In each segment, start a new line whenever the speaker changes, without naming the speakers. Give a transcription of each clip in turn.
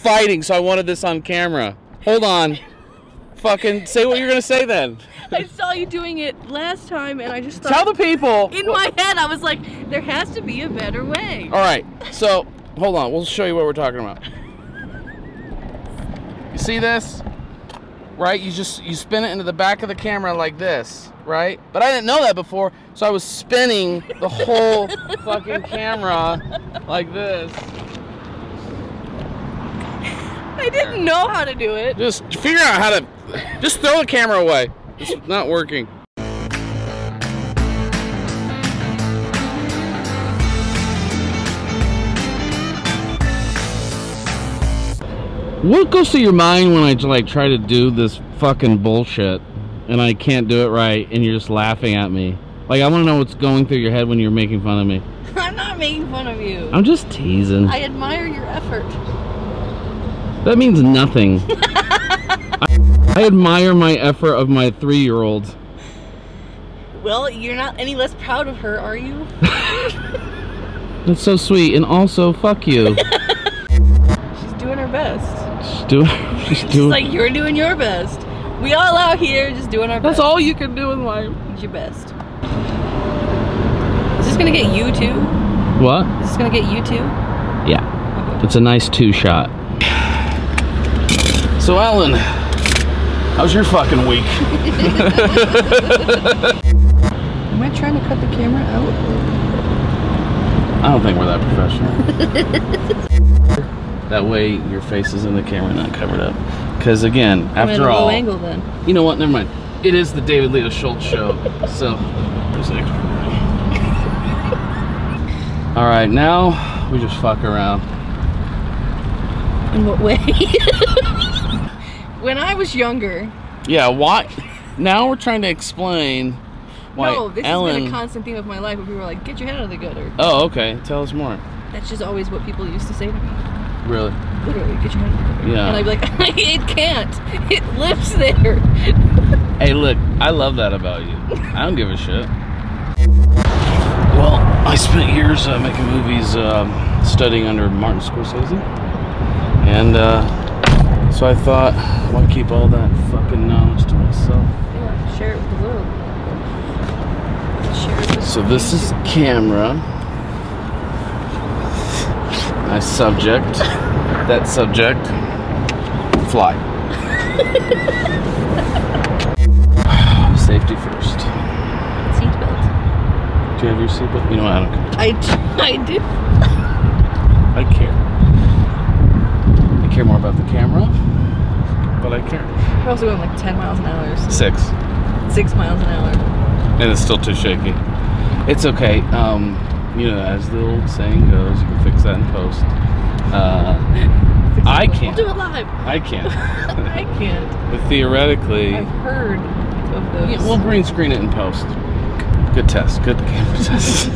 fighting, so I wanted this on camera. Hold on. Fucking say what you're gonna say then.
I saw you doing it last time, and I just thought
Tell the people.
in my head I was like, there has to be a better way.
All right. So, hold on. We'll show you what we're talking about. You see this? Right? You just you spin it into the back of the camera like this, right? But I didn't know that before, so I was spinning the whole fucking camera like this.
I didn't know how to do it.
Just figure out how to just throw the camera away. It's not working. What goes through your mind when I like try to do this fucking bullshit and I can't do it right and you're just laughing at me? Like I want to know what's going through your head when you're making fun of me.
I'm not making fun of you.
I'm just teasing.
I admire your effort.
That means nothing. I, I admire my effort of my three-year-old.
Well, you're not any less proud of her, are you?
That's so sweet, and also fuck you.
She's doing her best.
She's doing. She's
She's
doing.
like, you're doing your best. We all out here just doing our
That's
best.
all you can do in life.
It's your best. Is this gonna get you too?
What?
Is this gonna get you too?
Yeah, it's a nice two-shot. So, Alan, how's your fucking week?
Am I trying to cut the camera out?
I don't think we're that professional. that way, your face is in the camera, not covered up. Because again, after all,
low angle then.
You know what? Never mind. It is the David Leo Schultz show. So. There's an extra. All right, now we just fuck around.
In what way? when I was younger,
Yeah, why? Now we're trying to explain why
no, this
Ellen.
has been a constant theme of my life. Where people are like, "Get your head out of the gutter."
oh, okay. Tell us more.
That's just always what people used to say to me.
Really?
Literally, get your head out of the gutter.
Yeah.
And I'd be like, "It can't. It lives there."
Hey, look, I love that about you. I don't give a shit. Well, I spent years uh, making movies, um, studying under Martin Scorsese, and uh, so I thought, why keep all that fucking knowledge to myself?
Yeah, share it with the world. Share it with
So this is camera. My subject. That subject. Fly. Safety first.
seatbelt.
Do you have your seatbelt? You know what? I don't care.
I d- I do.
I care. I care more about the camera, but I care.
We're also going like 10 miles an hour, so
Six.
six miles an hour.
And it's still too shaky. It's okay. Um, you know, as the old saying goes, you can fix that in post. Uh, I
We'll
can't.
do it live.
I can't.
I can't.
But theoretically,
I've heard of those.
Yeah, we'll green screen it in post. Good test. Good camera test.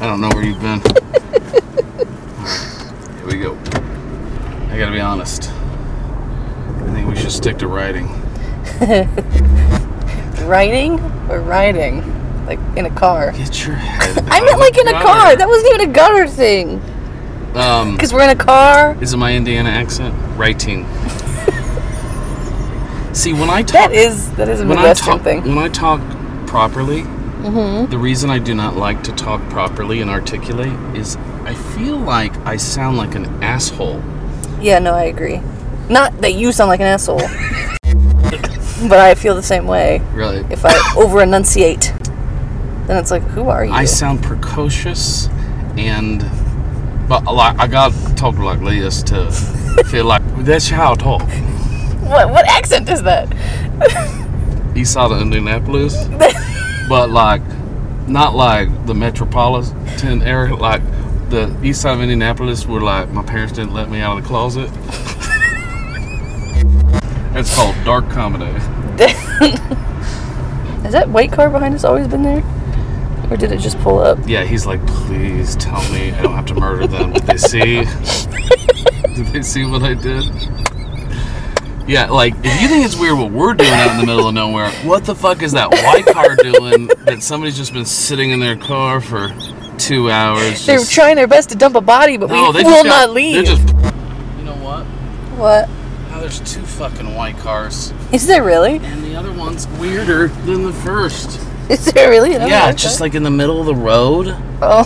I don't know where you've been. Here we go. I gotta be honest. I think we should stick to writing.
Riding or riding? Like in a car.
Get your head.
I meant like in a car. That wasn't even a gutter thing.
Um,
Because we're in a car.
is it my Indiana accent? Writing. See, when I talk,
That is that is a
when I
Midwestern
talk,
thing.
when I talk properly, the reason I do not like to talk properly and articulate is I feel like I sound like an asshole.
Yeah, no, I agree. Not that you sound like an asshole. but I feel the same way.
Really,
If I over enunciate, then it's like, who are you?
I sound precocious, and but like I got to talk like this to feel like that's how I talk.
what what accent is that?
East side of Indianapolis, but like not like the metropolitan area, like. The east side of Indianapolis, where like my parents didn't let me out of the closet. It's called dark comedy.
Has that white car behind us always been there? Or did it just pull up?
Yeah, he's like, please tell me I don't have to murder them. Did they see? Did they see what I did? Yeah, like if you think it's weird what we're doing out in the middle of nowhere, what the fuck is that white car doing that somebody's just been sitting in their car for two hours.
They're
just-
trying their best to dump a body, but
No,
we
they
will
just got-
not
They're
leave.
just. You know what?
What?
Now there's two fucking white cars,
Is there really?
and the other one's weirder than the first.
Is there really? Oh another
yeah,
one?
it's just like in the middle of the road.
Oh,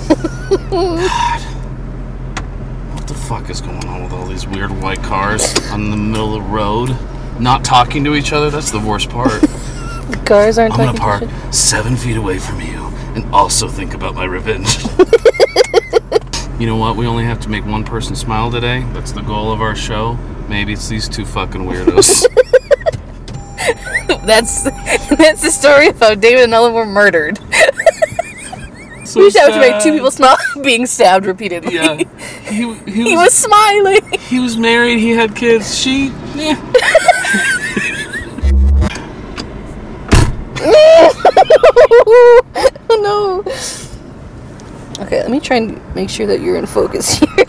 What the fuck is going on with all these weird white cars on the middle of the road? Not talking to each other? That's the worst part.
the cars aren't
I'm gonna
talking
park
to each
seven feet away from you and also think about my revenge. you know what? We only have to make one person smile today. That's the goal of our show. Maybe it's these two fucking weirdos.
other. That's that's the story of how David and Ellen were murdered.
so
We just have to make
sad.
two people smile being stabbed repeatedly.
Yeah, he, he,
he was
was,
smiling.
he was married. He had kids. She, yeah.
oh no. Okay, let me try and make sure that you're in focus here.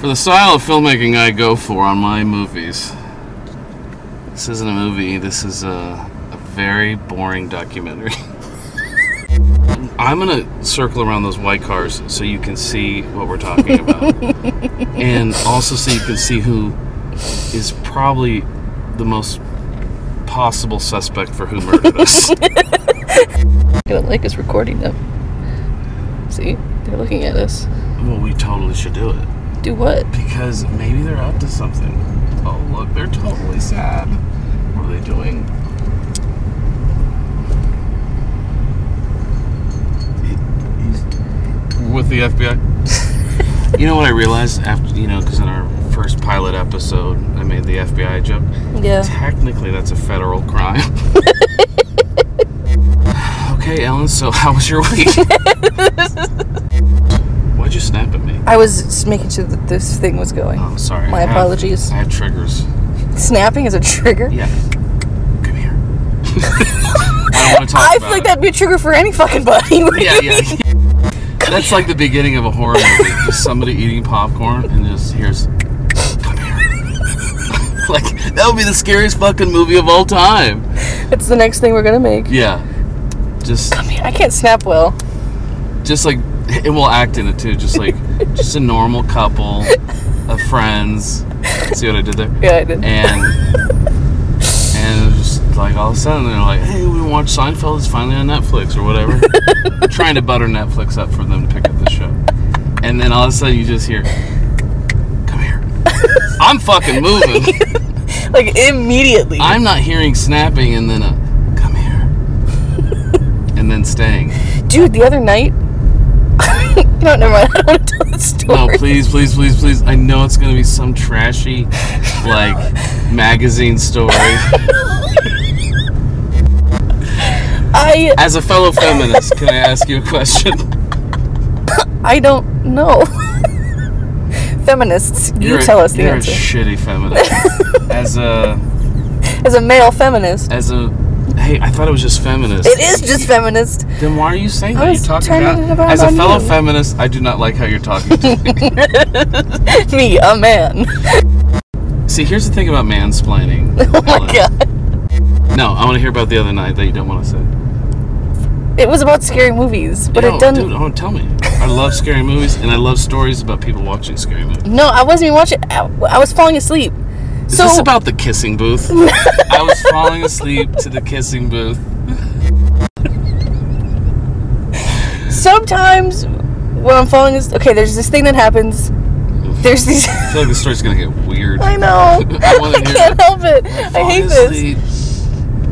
For the style of filmmaking I go for on my movies, this isn't a movie, this is a, a very boring documentary. I'm gonna circle around those white cars so you can see what we're talking about. and also so you can see who is probably the most possible suspect for who murdered us.
I don't like us recording them. See, they're looking at us.
well, we totally should do it.
Do what?
Because maybe they're up to something. Oh, look, they're totally sad. What are they doing? With the FBI. you know what I realized after, you know, because in our first pilot episode, I made the FBI joke.
Yeah.
Technically, that's a federal crime. okay, Ellen, so how was your week? Why'd you snap at me?
I was just making sure that this thing was going.
Oh, sorry.
My
I have-
apologies.
I have triggers.
Snapping is a trigger.
Yeah. Come here. I don't want to talk
I
about
feel like
it.
that'd be a trigger for any fucking body. What do
Yeah,
you
yeah.
mean?
That's like the beginning of a horror movie. Just somebody eating popcorn and just hears, come here. like, that would be the scariest fucking movie of all time.
That's the next thing we're gonna make.
Yeah. Just,
Man, I can't snap well.
just like, and we'll act in it too. Just like, just a normal couple of friends. See what I did there?
Yeah, I did.
and and it was just like all of a sudden they're like, hey, we watched Seinfeld. It's finally on Netflix or whatever. Trying to butter Netflix up for them to pick up the show, and then all of a sudden you just hear, "Come here." I'm fucking moving.
Like immediately.
I'm not hearing snapping, and then a, "Come here," and then staying.
Dude, the other night. no, never mind. I don't want to tell the
No,
story.
please, please, please, please. I know it's gonna be some trashy, like, magazine story.
I
As a fellow feminist, can I ask you a question?
I don't know. Feminists, you
a-
tell us the
you're
answer.
a shitty feminist. as a
As a male feminist,
as a hey, I thought it was just feminist.
it is just feminist.
Then why are you saying
I
that?
was
you talking
turning
about,
it around
as a
on
fellow
you.
feminist, I do not like how you're talking to me.
Me, a man.
See, here's the thing about mansplaining. oh
Oh my god.
No, I want to hear about the other night that you don't want to say.
It was about scary movies, but
No,
it doesn't.
dude, oh, tell me. I love scary movies and I love stories about people watching scary movies.
No, I wasn't even watching. I, I was falling asleep.
Is
so
this about the kissing booth? I was falling asleep to the kissing booth.
sometimes when I'm falling asleep, okay, there's this thing that happens. There's these.
I feel like the story's gonna get weird.
I know.
I
I,
wanna hear
can't help it. I
Fall
hate this.
asleep.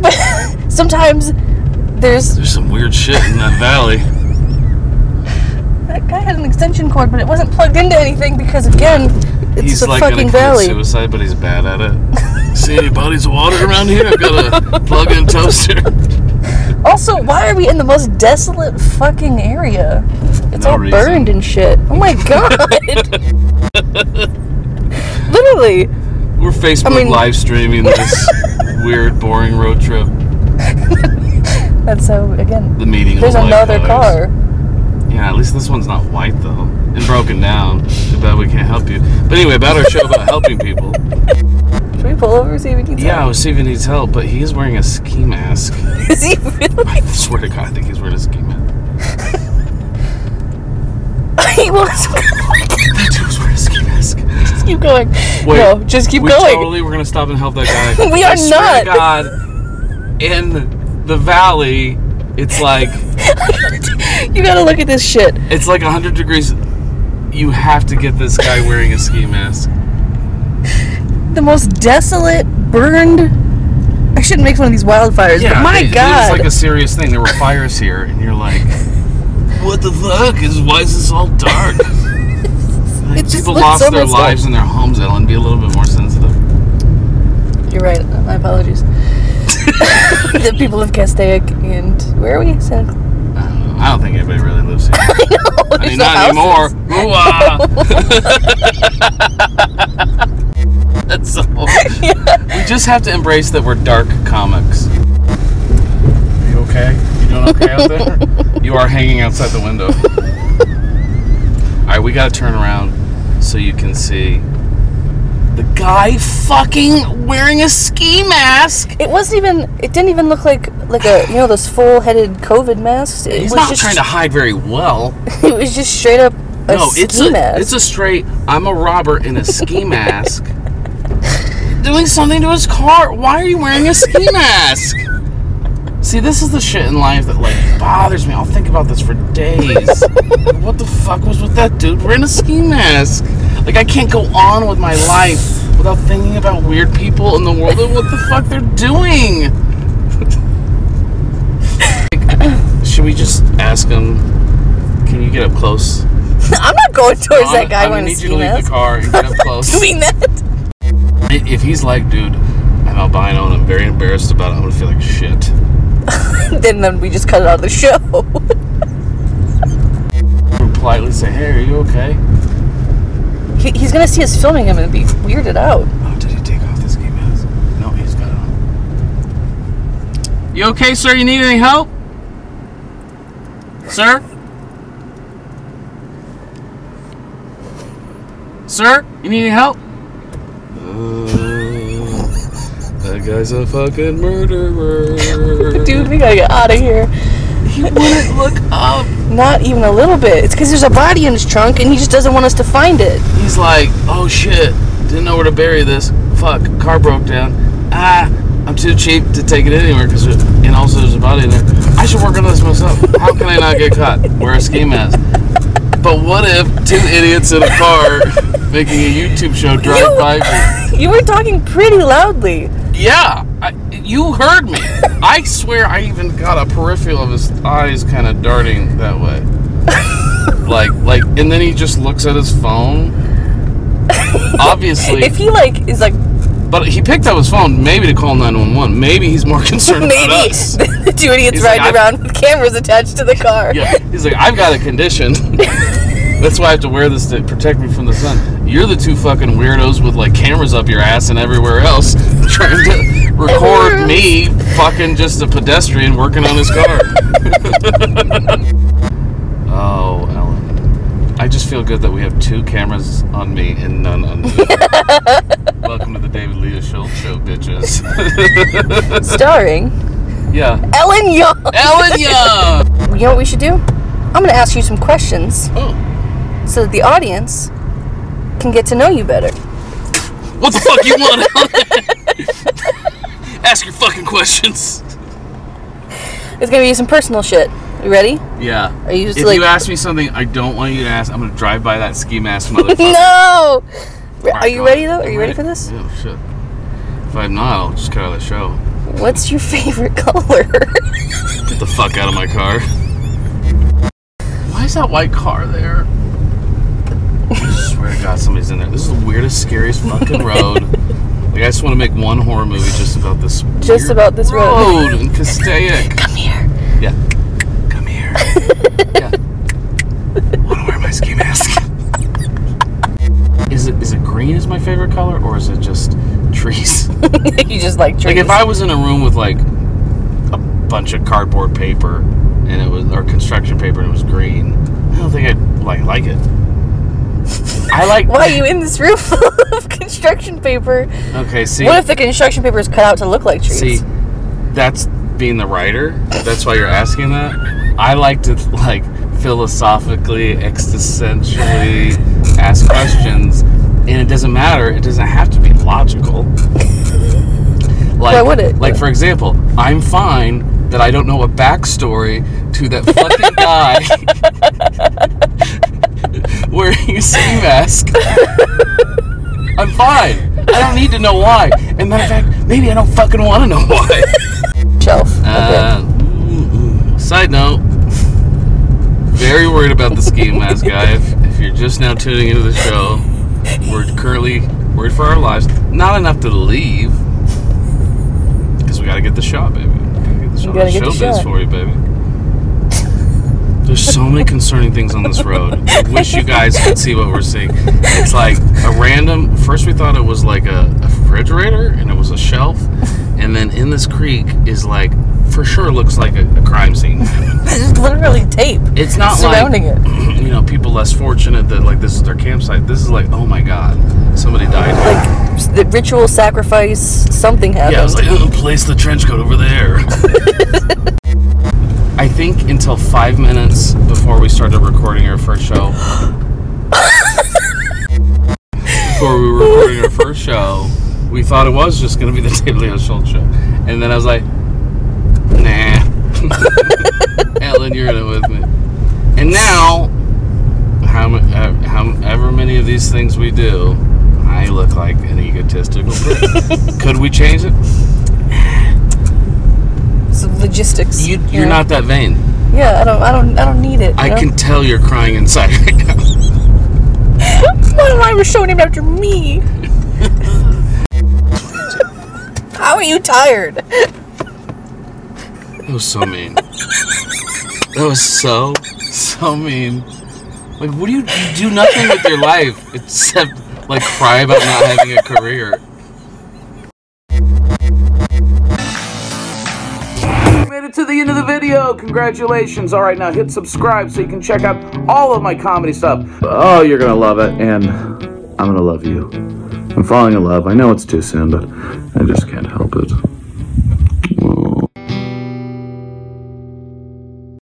But sometimes there's
There's some weird shit in that valley.
that guy had an extension cord, but it wasn't plugged into anything because again, it's
he's
the
like
fucking
gonna
valley.
commit suicide, but he's bad at it. See any bodies of water around here? I've got a plug-in toaster.
Also, why are we in the most desolate fucking area? It's
No
all
reason.
burned and shit. Oh my god. Literally,
We're Facebook
I mean-
live streaming this weird, boring road trip.
that's so again.
The meeting. of
There's
the white
another
colours.
car.
Yeah, at least this one's not white though, and broken down. Too bad we can't help you. But anyway, about our show about helping people.
Should we pull over see if we can tell?
Yeah, I was see if he needs help, but he is wearing a ski mask.
Is he really?
I swear to God, I think he's wearing a ski mask.
he will just
That dude was wearing a ski mask.
just keep going.
Wait,
no, just keep
we
going.
Totally, we're gonna stop and help that guy.
We
I
are
swear to
not.
God, in the valley, it's like
you gotta look at this shit.
it's like 100 degrees. You have to get this guy wearing a ski mask.
The most desolate, burned. I shouldn't make fun of these wildfires, but my
it-
god.
it's like a serious thing. There were fires here, and you're like, what the fuck is? Why is this all dark? Like,
It just
people
looks
lost
so
their
messed up.
lives in their homes. Ellen, be a little bit more sensitive.
You're right. My apologies. the people of Castaic and where are we? Santa Clara.
I don't think anybody really lives here.
No,
I
there's
mean,
no
not
houses.
anymore. Ooh-ah. That's so. We just have to embrace that we're dark comics. Are you okay? You doing okay out there? you are hanging outside the window. All right, we gotta turn around so you can see the guy fucking wearing a ski mask.
It wasn't even. It didn't even look like like a you know those full-headed COVID masks. It
He's
was
not
just,
trying to hide very well.
It was just straight up a
no,
ski
it's a
mask.
it's a straight. I'm a robber in a ski mask. Doing something to his car. Why are you wearing a ski mask? See, this is the shit in life that like bothers me. I'll think about this for days. what the fuck was with that dude wearing a ski mask? Like I can't go on with my life without thinking about weird people in the world and what the fuck they're doing. Like, should we just ask him? Can you get up close?
I'm not going towards
I'm-
that guy
I'm gonna
wearing a
need you
ski
to leave
mask.
the car and get up close.
Doing that.
I- if he's like, dude, I'm albino and I'm very embarrassed about it, I'm gonna feel like shit.
then then we just cut it out of the show.
Or politely say, hey, are you okay?
he, he's gonna see us filming him and be weirded out.
Oh, did he take off the ski mask? No, he's got it on. You okay, sir? You need any help? Sir? Sir? You need any help? Uh, that guy's a fucking murderer.
Dude, we gotta get out of here.
he wouldn't look up.
Not even a little bit. It's because there's a body in his trunk and he just doesn't want us to find it.
He's like, oh shit, didn't know where to bury this. Fuck, car broke down. Ah, I'm too cheap to take it anywhere because, and also there's a body in there. I should work on this myself. How can I not get caught? Wear a ski mask. But what if two idiots in a car making a YouTube show drive
You-
by me?
You were talking pretty loudly.
Yeah, I, you heard me. I swear I even got a peripheral of his eyes kind of darting that way. Like, like, and then he just looks at his phone. Obviously,
If he like is like
But he picked up his phone, maybe to call 911. Maybe he's more concerned
maybe
about us.
the two idiots
He's like,
riding
I-
around with cameras attached to the car.
Yeah, he's like, I've got a condition. That's why I have to wear this to protect me from the sun. You're the two fucking weirdos with like cameras up your ass and everywhere else, trying to record me, fucking just a pedestrian working on his car. oh, Ellen, I just feel good that we have two cameras on me and none on you. Welcome to the David Leah Schultz Show, bitches.
Starring
yeah,
Ellen Young.
Ellen Young.
You know what we should do? I'm gonna ask you some questions
Oh,
so that the audience can get to know you better.
what the fuck you want? Ellen? Ask your fucking questions.
It's gonna be some personal shit. You ready?
Yeah.
Are you just
if
like-
you ask me something I don't want you to ask, I'm gonna drive by that ski mask motherfucker.
No.
Oh
Are
my
you
God.
ready though? Are
I'm
you ready for this?
Yeah, shit. If I'm not, I'll just cut out of the show.
What's your favorite color?
Get the fuck out of my car. Why is that white car there? I swear to God, somebody's in there. This is the weirdest, scariest fucking road. Like, I just want to make one horror movie just about this.
Just
weird
about this road.
road in Castaic.
Come here.
Yeah. Come here. yeah. Want to wear my ski mask? is it is it green is my favorite color, or is it just trees?
you just like
like
trees.
if I was in a room with like a bunch of cardboard paper and it was or construction paper and it was green, I don't think I'd like like it. I like.
Why are you in this room full of construction paper?
Okay. See.
What if the construction paper is cut out to look like trees?
See, that's being the writer. That's why you're asking that. I like to like philosophically, existentially ask questions, and it doesn't matter. It doesn't have to be logical. Like,
would it?
Like for example, I'm fine that I don't know a backstory to that fucking guy wearing a ski mask. I'm fine. I don't need to know why. And matter of fact, maybe I don't fucking want to know why.
Shelf. Okay.
Uh, ooh, ooh. side note, very worried about the ski mask guy. If, if you're just now tuning into the show, we're currently worried for our lives. Not enough to leave because we got to get the shot, baby. Gotta get the shot.
You gotta
I'll
get
show
the
biz
shot.
for you, baby. There's so many concerning things on this road. I wish you guys could see what we're seeing. It's like a random. First, we thought it was like a, a refrigerator, and it was a shelf, and then in this creek is like, for sure, looks like a, a crime scene.
It's literally tape
It's not
surrounding it.
like you know people less fortunate that like this is their campsite. This is like, oh my god, somebody died. here.
Like s- the ritual sacrifice, something happened.
Yeah, I was like, oh, place the trench coat over there. I think until five minutes before we started recording our first show. before we were recording our first show, we thought it was just going to be the Daily Leo Schultz show. And then I was like, nah. Ellen, you're in it with me. And now, how, mu- uh, however many of these things we do, I look like an egotistical prick. Could we change it?
Some logistics.
You,
you
you're
know?
not that vain.
Yeah, I don't. I don't. I don't need it.
I
you know?
can tell you're crying inside right now.
Why am I was so named after me? How are you tired?
That was so mean. that was so, so mean. Like, what do you, you do nothing with your life except, like, cry about not having a career?
You made it to the end of the video. Congratulations. All right, now hit subscribe so you can check out all of my comedy stuff. Oh, you're going to love it, and I'm going to love you. I'm falling in love. I know it's too soon, but I just can't help it.